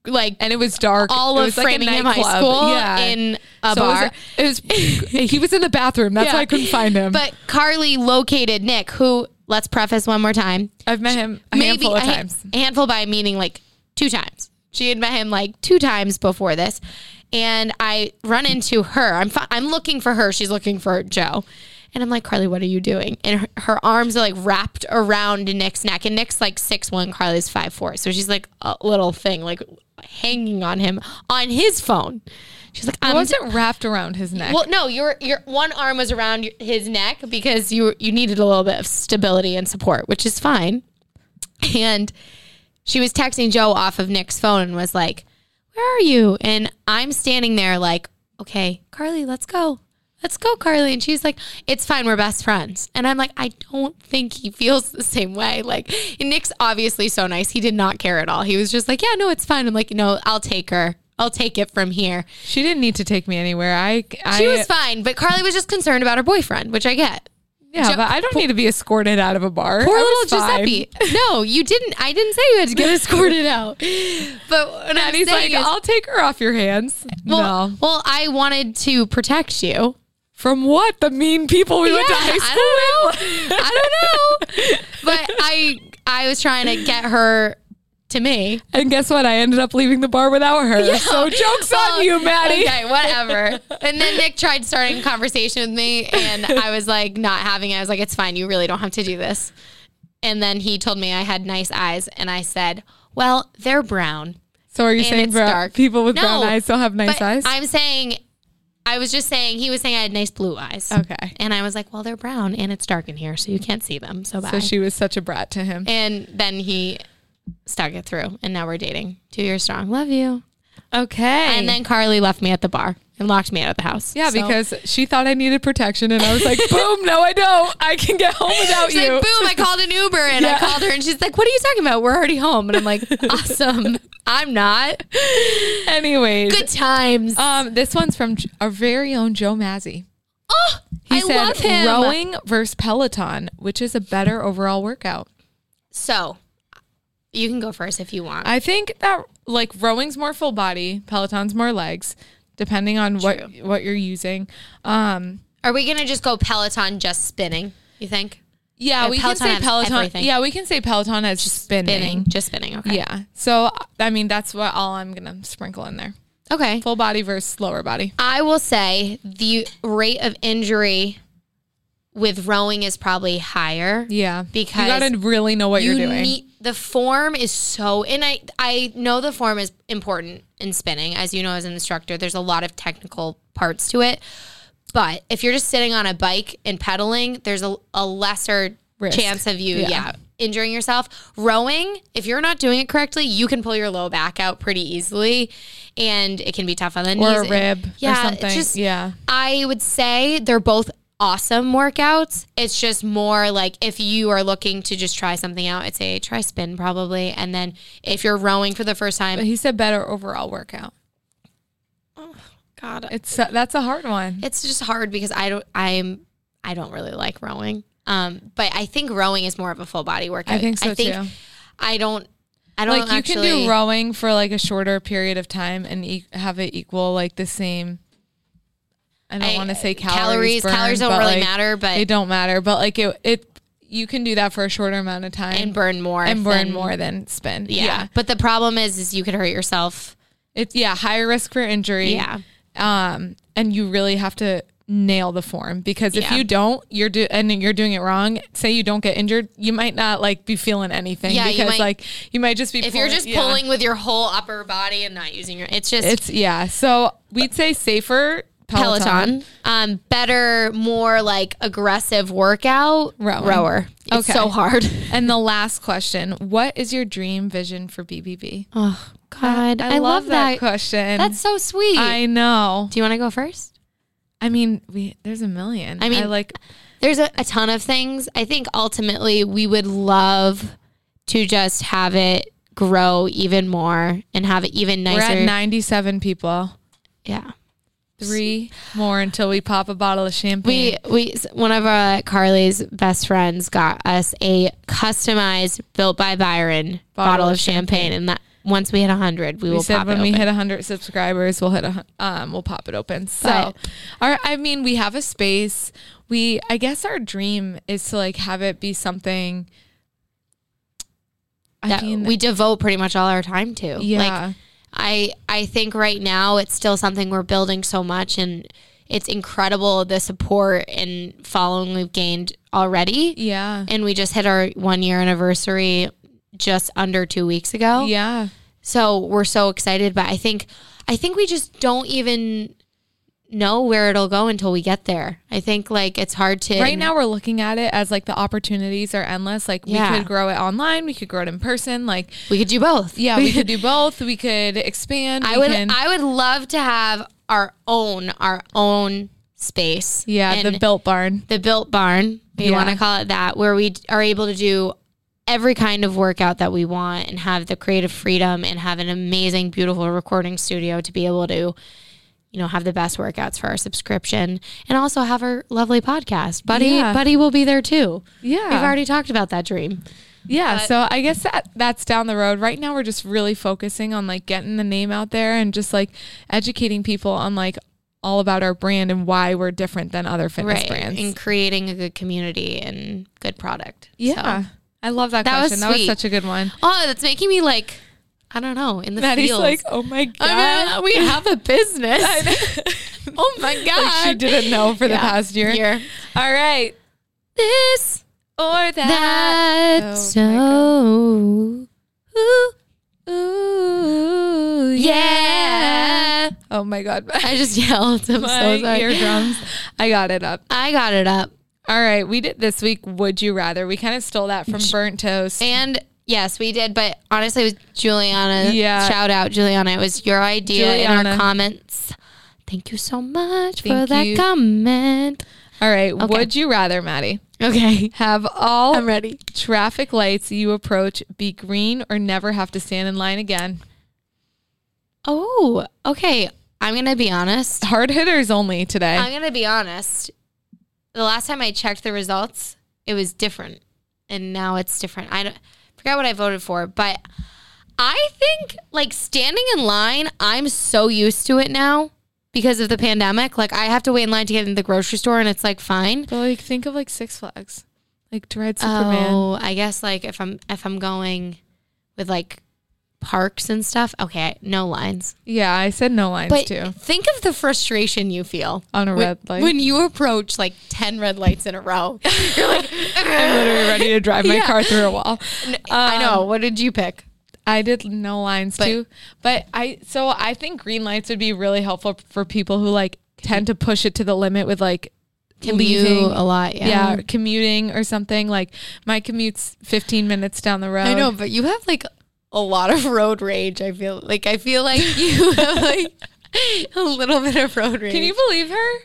S2: like
S1: And it was dark.
S2: all
S1: it
S2: of
S1: was like a
S2: Framingham High
S1: nightclub.
S2: School
S1: Yeah.
S2: in a
S1: So
S2: bar.
S1: It was, it was- he was in the bathroom. That's
S2: Yeah.
S1: why I couldn't find him.
S2: But Carly located Nick, who let's preface one more time.
S1: I've met him a handful of
S2: ha-
S1: times.
S2: a handful by meaning like two times. She had met him like two times before this, and I run into her. I'm fi- I'm looking for her. She's looking for Joe, and I'm like, Carly, what are you doing? And her, her arms are like wrapped around Nick's neck, and Nick's like six one, Carly's five four, so she's like a little thing, like hanging on him on his phone. She's like,
S1: It
S2: I'm
S1: wasn't wrapped around his neck.
S2: well, no, your your one arm was around your- his neck because you you needed a little bit of stability and support, which is fine. And she was texting Joe off of Nick's phone and was like, Where are you? And I'm standing there like, Okay, Carly, let's go. Let's go, Carly. And she's like, It's fine. We're best friends. And I'm like, I don't think he feels the same way. Like, and Nick's obviously so nice. He did not care at all. He was just like, Yeah, no, it's fine. I'm like, No, I'll take her. I'll take it from here.
S1: She didn't need to take me anywhere. I, I
S2: She was fine, but Carly was just concerned about her boyfriend, which I get.
S1: yeah,
S2: Jo-
S1: but I don't need to be escorted out of a bar.
S2: Poor
S1: I
S2: little
S1: was fine.
S2: Giuseppe. No, you didn't. I didn't say you had to get escorted out. But what I'm
S1: And he's like,
S2: saying is,
S1: I'll take her off your hands.
S2: well,
S1: no.
S2: well, I wanted to protect you.
S1: From what? The mean people we went to
S2: Yeah,
S1: high
S2: I
S1: school
S2: don't
S1: with?
S2: know. I don't know. But I, I was trying to get her to me.
S1: and guess what? I ended up leaving the bar without her. So joke's
S2: Well,
S1: on you, Maddie.
S2: Okay, whatever. And then Nick tried starting a conversation with me, and I was like, not having it. I was like, it's fine. You really don't have to do this. And then he told me I had nice eyes, and I said, well, they're brown.
S1: So are you
S2: And
S1: saying
S2: it's
S1: brown,
S2: dark.
S1: people with
S2: No,
S1: brown eyes don't have nice
S2: But
S1: eyes?
S2: I'm saying, I was just saying, he was saying I had nice blue eyes.
S1: okay.
S2: And I was like, well, they're brown and it's dark in here, so you can't see them. So bye.
S1: So she was such a brat to him.
S2: and then he stuck it through, and now we're dating. Two years strong. Love you.
S1: Okay.
S2: And then Carly left me at the bar and locked me out of the house.
S1: yeah,
S2: So-
S1: because she thought I needed protection, and I was like, "Boom! No, I don't. I can get home without
S2: She's
S1: you."
S2: like, boom, I called an Uber and I
S1: Yeah.
S2: called her and she's like, what are you talking about? We're already home. And I'm like, awesome. I'm not.
S1: Anyways,
S2: Good times.
S1: um, this one's from J- our very own Joe Mazzy.
S2: oh,
S1: He
S2: I
S1: said,
S2: love him.
S1: "Rowing versus Peloton, which is a better overall workout?"
S2: So you can go first if you want.
S1: I think that like rowing's more full body, Peloton's more legs, depending on what what you're using. Um,
S2: Are we gonna just go Peloton just spinning? You think
S1: yeah,
S2: Yeah,
S1: we
S2: Peloton
S1: can
S2: has
S1: say Peloton.
S2: everything.
S1: Yeah, we can say Peloton as spinning.
S2: spinning, just spinning? Okay.
S1: Yeah. So I mean, that's what all I'm gonna sprinkle in there:
S2: Okay.
S1: full body versus lower body.
S2: I will say the rate of injury with rowing is probably higher.
S1: Yeah,
S2: Because
S1: you gotta really know what
S2: You
S1: you're doing.
S2: need- the form is so, and I I know the form is important in spinning. As you know, as an instructor, there's a lot of technical parts to it. But if you're just sitting on a bike and pedaling, there's a, a lesser
S1: Risk.
S2: chance of you,
S1: Yeah.
S2: yeah, injuring yourself. Rowing, if you're not doing it correctly, you can pull your low back out pretty easily, and it can be tough on the
S1: or a
S2: knees.
S1: rib
S2: Yeah,
S1: or
S2: it's
S1: something.
S2: just-
S1: yeah.
S2: I would say they're both awesome workouts. It's just more like if you are looking to just try something out, I'd say try spin probably. And then if you're rowing for the first
S1: But
S2: time,
S1: he said better overall workout.
S2: God,
S1: It's that's a hard one.
S2: it's just hard because I don't, I'm, I don't really like rowing. Um, but I think rowing is more of a full body workout.
S1: I think so too.
S2: I don't, I don't
S1: Like you
S2: Um, actually,
S1: can do rowing for like a shorter period of time and e- have it equal like the same. I don't
S2: I-
S1: want to say
S2: calories,
S1: calories. burned,
S2: calories don't
S1: but,
S2: really
S1: like,
S2: matter, but-
S1: they don't matter. But like it, it you can do that for a shorter amount of time
S2: and burn more
S1: and burn
S2: than-
S1: more than spin.
S2: Yeah. But the problem is, is you could hurt yourself.
S1: It's yeah, higher risk for injury.
S2: Yeah.
S1: Um, and you really have to nail the form because if
S2: Yeah.
S1: you don't, you're do and you're doing it wrong. Say you don't get injured, you might not like be feeling anything
S2: Yeah, you
S1: because
S2: might-
S1: like you might just be
S2: If you're
S1: pulling-
S2: just
S1: yeah.
S2: pulling with your whole upper body and not using your, it's just,
S1: It's yeah. So we'd say safer Peloton.
S2: Peloton. Um, better, more like aggressive workout
S1: Rowing.
S2: rower. It's
S1: Okay.
S2: so hard.
S1: And the last question: What is your dream vision for BBB?
S2: Oh God, I, love, that.
S1: question.
S2: That's so sweet.
S1: I know.
S2: Do you want to go first?
S1: I mean, we there's a million.
S2: I mean-
S1: like
S2: There's a, a ton of things. I think ultimately we would love to just have it grow even more and have it even
S1: we're
S2: nicer.
S1: at 97 people.
S2: yeah.
S1: Three more until we pop a bottle of champagne.
S2: We we one of our Carly's best friends got us a customized built by Byron bottle,
S1: of
S2: of champagne, and that once we hit hundred, we,
S1: We
S2: will
S1: said
S2: pop
S1: when
S2: it
S1: we
S2: open.
S1: hit 100 subscribers, we'll hit a, hun- um we'll pop it open. So,
S2: But-
S1: our I mean, we have a space. We I guess our dream is to like have it be something. I
S2: that
S1: mean,
S2: we devote pretty much all our time to.
S1: yeah,
S2: Like I I think right now it's still something we're building so much and it's incredible the support and following we've gained already.
S1: yeah,
S2: And we just hit our one year anniversary just under two weeks ago.
S1: yeah.
S2: So we're so excited. But I think I think we just don't even know where it'll go until we get there. I think like it's hard to
S1: Right now, we're looking at it as like the opportunities are endless. Like
S2: Yeah.
S1: we could grow it online, we could grow it in person. Like
S2: we could do both.
S1: yeah, we could do both. We could expand.
S2: I
S1: we
S2: would
S1: can-
S2: I would love to have our own our own space.
S1: yeah,
S2: and
S1: the built barn.
S2: the built barn, if you
S1: Yeah.
S2: want to call it that, where we d- are able to do every kind of workout that we want and have the creative freedom and have an amazing, beautiful recording studio to be able to, you know, have the best workouts for our subscription and also have our lovely podcast. Buddy,
S1: Yeah.
S2: Buddy will be there too.
S1: Yeah,
S2: We've already talked about that dream.
S1: Yeah,
S2: But-
S1: so I guess that that's down the road. Right now we're just really focusing on like getting the name out there and just like educating people on like all about our brand and why we're different than other fitness brands.
S2: And creating a good community and good product.
S1: yeah.
S2: So-
S1: I love that,
S2: That was
S1: question. that was
S2: sweet.
S1: such a good one.
S2: Oh, that's making me like, I don't know, in the
S1: Maddie's
S2: feels.
S1: like, "Oh my god."
S2: I mean, we have a business. oh my god.
S1: like she didn't know for the
S2: Yeah.
S1: past year.
S2: Year.
S1: All right.
S2: This
S1: Or that.
S2: that so. Ooh, ooh, yeah.
S1: Oh my god.
S2: I just yelled. I'm
S1: my
S2: so sorry.
S1: eardrums. I got it up.
S2: I got it up.
S1: All right, we did this week. Would you rather? We kind of stole that from burnt toast.
S2: And yes, we did. But honestly, it was Juliana.
S1: Yeah.
S2: Shout out, Juliana. It was your idea in our
S1: Juliana.
S2: comments. Thank you so much for
S1: Thank
S2: that
S1: you.
S2: comment.
S1: All right, would you rather, Maddie,
S2: Okay.
S1: have all
S2: I'm ready.
S1: traffic lights you approach be green or never have to stand in line again?
S2: Oh, okay. I'm going to be honest.
S1: Hard hitters only today.
S2: I'm going to be honest. The last time I checked the results, it was different. And now it's different. I don't, forgot what I voted for, but I think like standing in line, I'm so used to it now because of the pandemic. Like I have to wait in line to get into the grocery store and it's like fine.
S1: but like, think of like Six Flags, like Dread Superman.
S2: Oh, I guess like if I'm if I'm going with like parks and stuff, okay, no lines.
S1: Yeah, I said no lines
S2: But
S1: too
S2: think of the frustration you feel
S1: on a
S2: when,
S1: red light.
S2: when you approach like 10 red lights in a row. You're like,
S1: I'm literally ready to drive my
S2: Yeah.
S1: car through a wall. Um,
S2: I know. What did you pick?
S1: I did no lines too, but I so I think green lights would be really helpful for people who like tend to push it to the limit with like leaving
S2: a lot.
S1: yeah, commuting or something. Like my commute's 15 minutes down the road.
S2: I know, but you have like a lot of road rage. I feel like I feel like you have like a little bit of road rage.
S1: Can you believe her?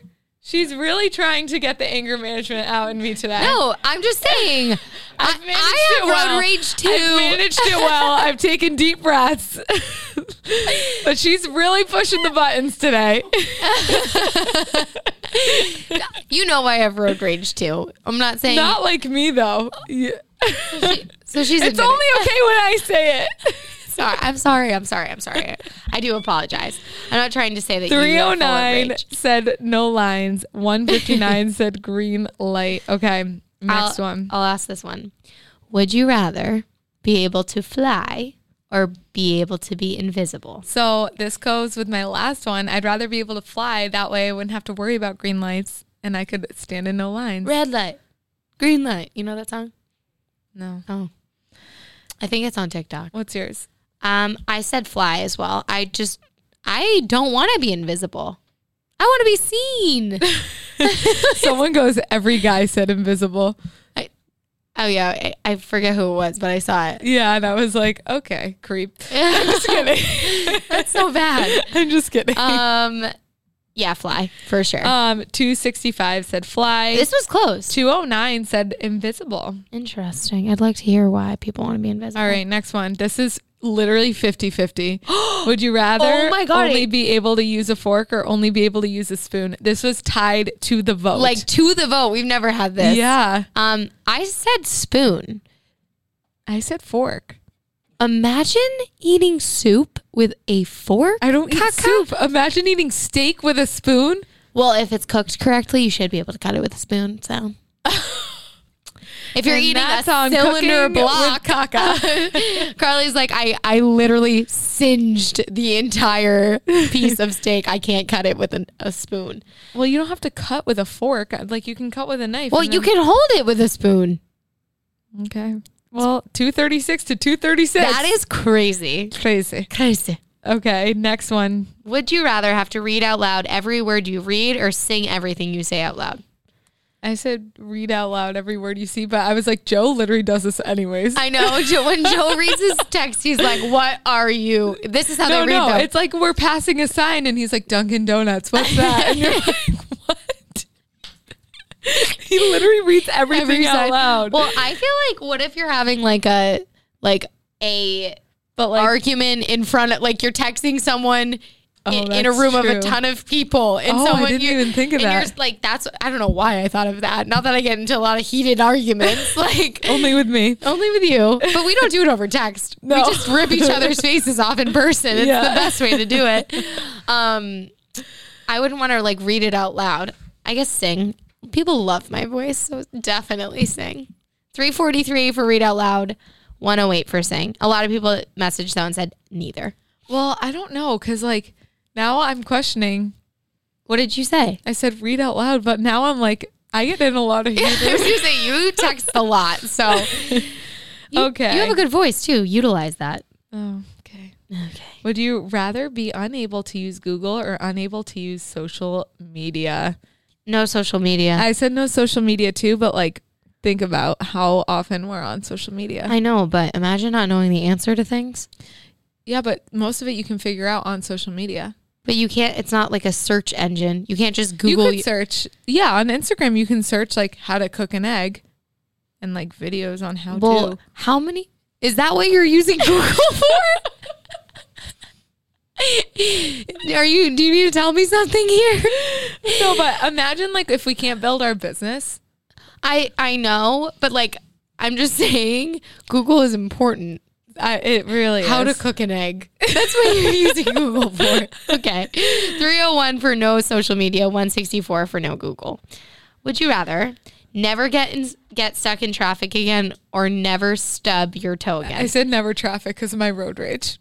S1: She's really trying to get the anger management out in me today.
S2: no, I'm just saying. I,
S1: I've managed
S2: I have
S1: it well.
S2: road rage too.
S1: I've managed it well. I've taken deep breaths. but she's really pushing the buttons today.
S2: you know I have road rage too. I'm not saying.
S1: Not like me though. Yeah.
S2: So she's
S1: It's
S2: admitted-
S1: only okay when I say it.
S2: Sorry, I'm sorry. I'm sorry. I'm sorry. I do apologize. I'm not trying to say that. you are full of
S1: 309
S2: rage.
S1: said no lines. 159 said green light. Okay. Next
S2: I'll,
S1: one.
S2: I'll ask this one. Would you rather be able to fly or be able to be invisible?
S1: So this goes with my last one. I'd rather be able to fly. That way I wouldn't have to worry about green lights and I could stand in no lines.
S2: Red light, green light. You know that song?
S1: No.
S2: Oh, I think it's on TikTok.
S1: What's yours?
S2: Um, I said fly as well. I just, I don't want to be invisible. I want to be seen.
S1: Someone goes, every guy said invisible.
S2: oh yeah, I, I forget who it was, but I saw it.
S1: Yeah, and I was like, okay, creep. I'm just kidding.
S2: That's so bad.
S1: I'm just kidding. Um,
S2: Um, yeah, fly for sure.
S1: 265 said fly.
S2: this was close.
S1: 209 said invisible.
S2: Interesting. I'd like to hear why people want to be invisible.
S1: All right, next one. This is literally 50 50. Would you rather
S2: Oh my God,
S1: only
S2: I-
S1: be able to use a fork or only be able to use a spoon? This was tied to the vote.
S2: like to the vote. We've never had this.
S1: yeah.
S2: Um, I said spoon.
S1: I said fork.
S2: Imagine eating soup with a fork.
S1: I don't eat
S2: Caca.
S1: soup. Imagine eating steak with a spoon.
S2: Well, if it's cooked correctly, you should be able to cut it with a spoon. So, if you're
S1: And
S2: eating a
S1: that's on
S2: cylinder
S1: cooking with
S2: block,
S1: caca.
S2: Carly's like, I, I literally singed the entire piece of steak. I can't cut it with an, a spoon.
S1: Well, you don't have to cut with a fork. Uh, Like you can cut with a knife.
S2: Well,
S1: and
S2: you
S1: then-
S2: can hold it with a spoon.
S1: Okay. Well, 236 to 236.
S2: That is crazy.
S1: crazy.
S2: Crazy.
S1: Okay, next one.
S2: Would you rather have to read out loud every word you read or sing everything you say out loud?
S1: I said read out loud every word you see, but I was like, Joe literally does this anyways.
S2: I know. Joe, when Joe reads his text, he's like, What are you? This is how
S1: no,
S2: they read
S1: no,
S2: though.
S1: it's like we're passing a sign, and he's like Dunkin' Donuts. What's that? And you're like, what? he literally reads everything
S2: Every
S1: out
S2: side.
S1: loud.
S2: Well, I feel like what if you're having like a like a
S1: but like,
S2: argument in front of like you're texting someone
S1: Oh,
S2: in, in a
S1: that's
S2: room of a
S1: true.
S2: ton of people and
S1: Oh, I
S2: someone
S1: didn't
S2: you
S1: even think of
S2: and you're
S1: that.
S2: s- like that's I don't know why I thought of that. Not that I get into a lot of heated arguments like
S1: only with me.
S2: only with you, but we don't do it over text. We
S1: No.
S2: just rip each other's faces off in person. It's
S1: Yeah.
S2: the best way to do it. Um, I wouldn't want to like read it out loud. I guess sing. People love my voice, so definitely sing. 343 for read out loud, 108 for sing. A lot of people messaged though and said neither.
S1: Well, I don't know, cause like now I'm questioning.
S2: What did you say?
S1: I said read out loud, but now I'm like, I get in a lot of
S2: I
S1: heaters.
S2: was gonna say you text a lot, so you-
S1: Okay.
S2: You have a good voice too. Utilize that.
S1: oh, okay.
S2: Okay.
S1: Would you rather be unable to use Google or unable to use social media?
S2: No social media.
S1: I said no social media too, but like think about how often we're on social media.
S2: I know, but imagine not knowing the answer to things.
S1: Yeah, but most of it you can figure out on social media.
S2: But you can't. It's not like a search engine. You can't just
S1: you
S2: Google.
S1: could search. Yeah, on Instagram you can search like how to cook an egg and like videos on how
S2: well,
S1: to.
S2: how many? Is that what you're using Google for? Are you? Do you need to tell me something here?
S1: No, but imagine like if we can't build our business.
S2: I I know, but like I'm just saying, Google is important.
S1: I, it really
S2: How to
S1: is.
S2: cook an egg? That's what you're using Google for. Okay, 301 for no social media, 164 for no Google. Would you rather never get in, get stuck in traffic again, or never stub your toe again?
S1: I said never traffic because of my road rage.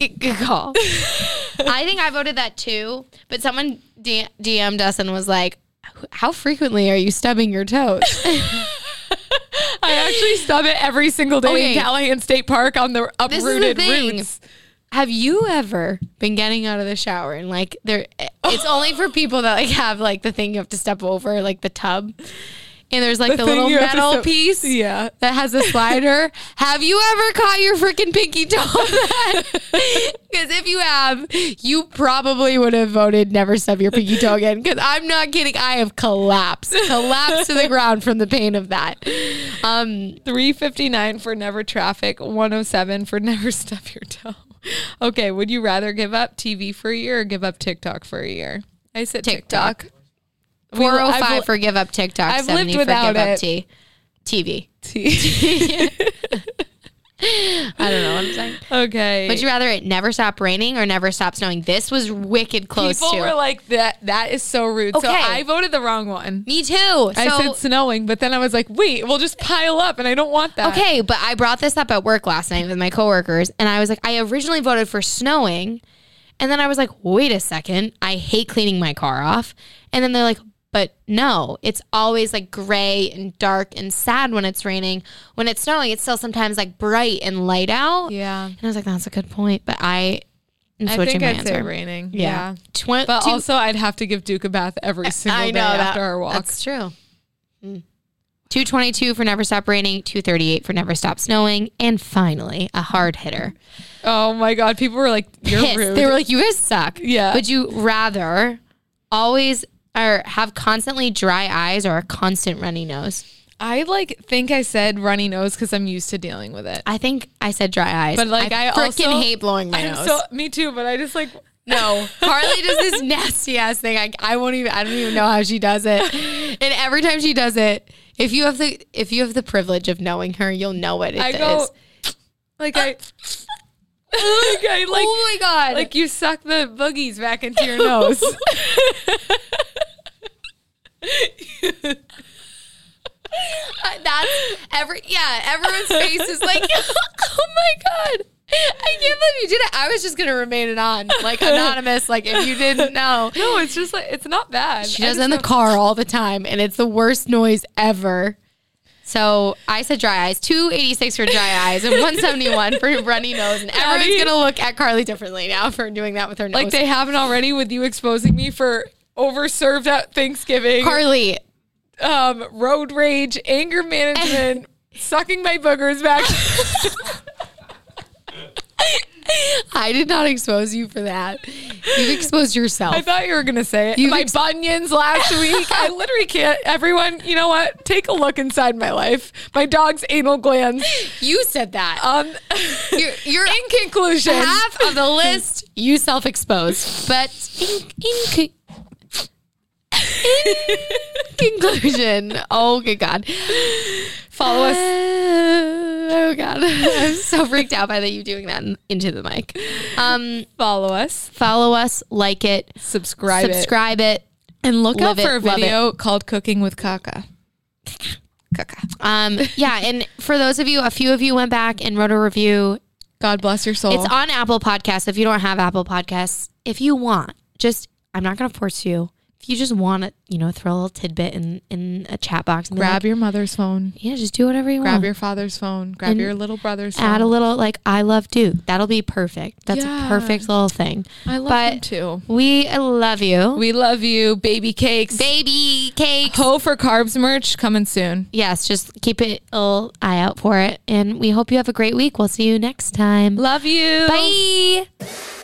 S2: Good call. I think I voted that too, but someone D- DM'd us and was like, "How frequently are you stubbing your toes?"
S1: I actually stub it every single day
S2: Okay.
S1: in Callahan State Park on the
S2: is the
S1: uprooted
S2: thing.
S1: roots.
S2: Have you ever been getting out of the shower and like there? It's only for people that like have like the thing you have to step over, like the tub, and there's like the,
S1: thing
S2: little
S1: you have to
S2: metal
S1: step-
S2: piece
S1: Yeah.
S2: that has a slider. have you ever caught your freaking pinky toe? Because if you have, you probably would have voted never stub your pinky toe again. Because I'm not kidding, I have collapsed, collapsed to the ground from the pain of that. Um,
S1: 359 for never traffic, 107 for never stuff your toe. Okay, would you rather give up TV for a year or give up TikTok for a year? I said
S2: TikTok.
S1: TikTok. We- I've
S2: 405
S1: li-
S2: for give oh up TikTok.
S1: I've
S2: 70
S1: lived
S2: for
S1: without
S2: give up
S1: it.
S2: T. TV.
S1: T-
S2: I don't know what I'm saying.
S1: okay.
S2: Would you rather it never stop raining or never stop snowing? This was wicked close
S1: People
S2: to.
S1: were like that that is so rude. So
S2: Okay.
S1: I voted the wrong one.
S2: Me too. So,
S1: I said snowing, but then I was like, "Wait, we'll just pile up and I don't want that."
S2: okay, but I brought this up at work last night with my coworkers, and I was like, I originally voted for snowing, and then I was like, wait a second, I hate cleaning my car off, and then they're like. But no, it's always like gray and dark and sad when it's raining. When it's snowing, it's still sometimes like bright and light out.
S1: Yeah.
S2: And I was like, that's a good point. But I am
S1: I
S2: switching
S1: think
S2: my
S1: I'd say
S2: answer.
S1: raining.
S2: yeah.
S1: Yeah.
S2: Twen-
S1: But
S2: two-
S1: also I'd have to give Duke a bath every single
S2: I know
S1: day
S2: that-
S1: after our walk.
S2: That's true. 222 for Never Stop Raining, 238 for Never Stop Snowing, and finally, a hard hitter.
S1: oh my god, people were like, "You're
S2: Pissed.
S1: rude."
S2: They were like, you guys suck.
S1: Yeah.
S2: Would you rather always or have constantly dry eyes or a constant runny nose?
S1: I like think I said runny nose because I'm used to dealing with it.
S2: I think I said dry eyes.
S1: But, like, I
S2: freaking
S1: also-
S2: hate blowing my
S1: I'm
S2: nose.
S1: so me too, but I just like
S2: No, Carly does this nasty ass thing. I, I won't even. I don't even know how she does it. And every time she does it, if you have the if you have the privilege of knowing her, you'll know what it is.
S1: I go like I like I like
S2: oh my god!
S1: like you suck the boogies back into your nose.
S2: Uh, that's every yeah. Everyone's face is like, oh my god! I can't believe you did it. I was just gonna remain it on, like anonymous. Like if you didn't know,
S1: no, it's just like it's not bad.
S2: she
S1: I
S2: does
S1: just
S2: it in the
S1: don't-
S2: car all the time, and it's the worst noise ever. So I said dry eyes, 286 for dry eyes and 171 for runny nose. And everyone's
S1: Maddie-
S2: going to look at Carly differently now for doing that with her nose.
S1: Like they haven't already with you exposing me for overserved at Thanksgiving,
S2: Carly,
S1: um, road rage, anger management, sucking my boogers back.
S2: I did not expose you for that. You exposed yourself.
S1: I thought you were gonna say it.
S2: You've
S1: my
S2: ex-
S1: bunions last week. I literally can't. Everyone, you know what? Take a look inside my life. My dog's anal glands.
S2: you said that.
S1: Um,
S2: you're, you're
S1: in conclusion,
S2: half of the list. You self-exposed, but in, in, in conclusion, oh good god,
S1: follow
S2: Uh,
S1: us.
S2: oh god, I'm so freaked out by that you doing that in- into the mic. Um,
S1: Follow us.
S2: follow us, like it,
S1: Subscribe. it.
S2: subscribe it.
S1: And look
S2: Love
S1: out for
S2: it,
S1: a
S2: love it.
S1: video called Cooking with Kaka. Kaka.
S2: Um, yeah, and for those of you, a few of you went back and wrote a review
S1: God bless your soul.
S2: It's on Apple Podcasts. If you don't have Apple Podcasts, if you want, just I'm not gonna force you. If you just want to, you know, throw a little tidbit in in a chat box, and be
S1: grab
S2: like,
S1: your mother's phone.
S2: yeah, just do whatever you
S1: Grab
S2: want.
S1: your father's phone. Grab
S2: Hmm. And
S1: your little brother's
S2: Add
S1: phone.
S2: a little like I love Duke. That'll be perfect. That's
S1: Yeah.
S2: a perfect little thing.
S1: I love
S2: but-
S1: him too.
S2: We love you,
S1: We love you, baby cakes.
S2: baby cake.
S1: Ho for carbs merch coming soon.
S2: Yes, just keep it a little eye out for it, and we hope you have a great week. We'll see you next time.
S1: Love you.
S2: Bye.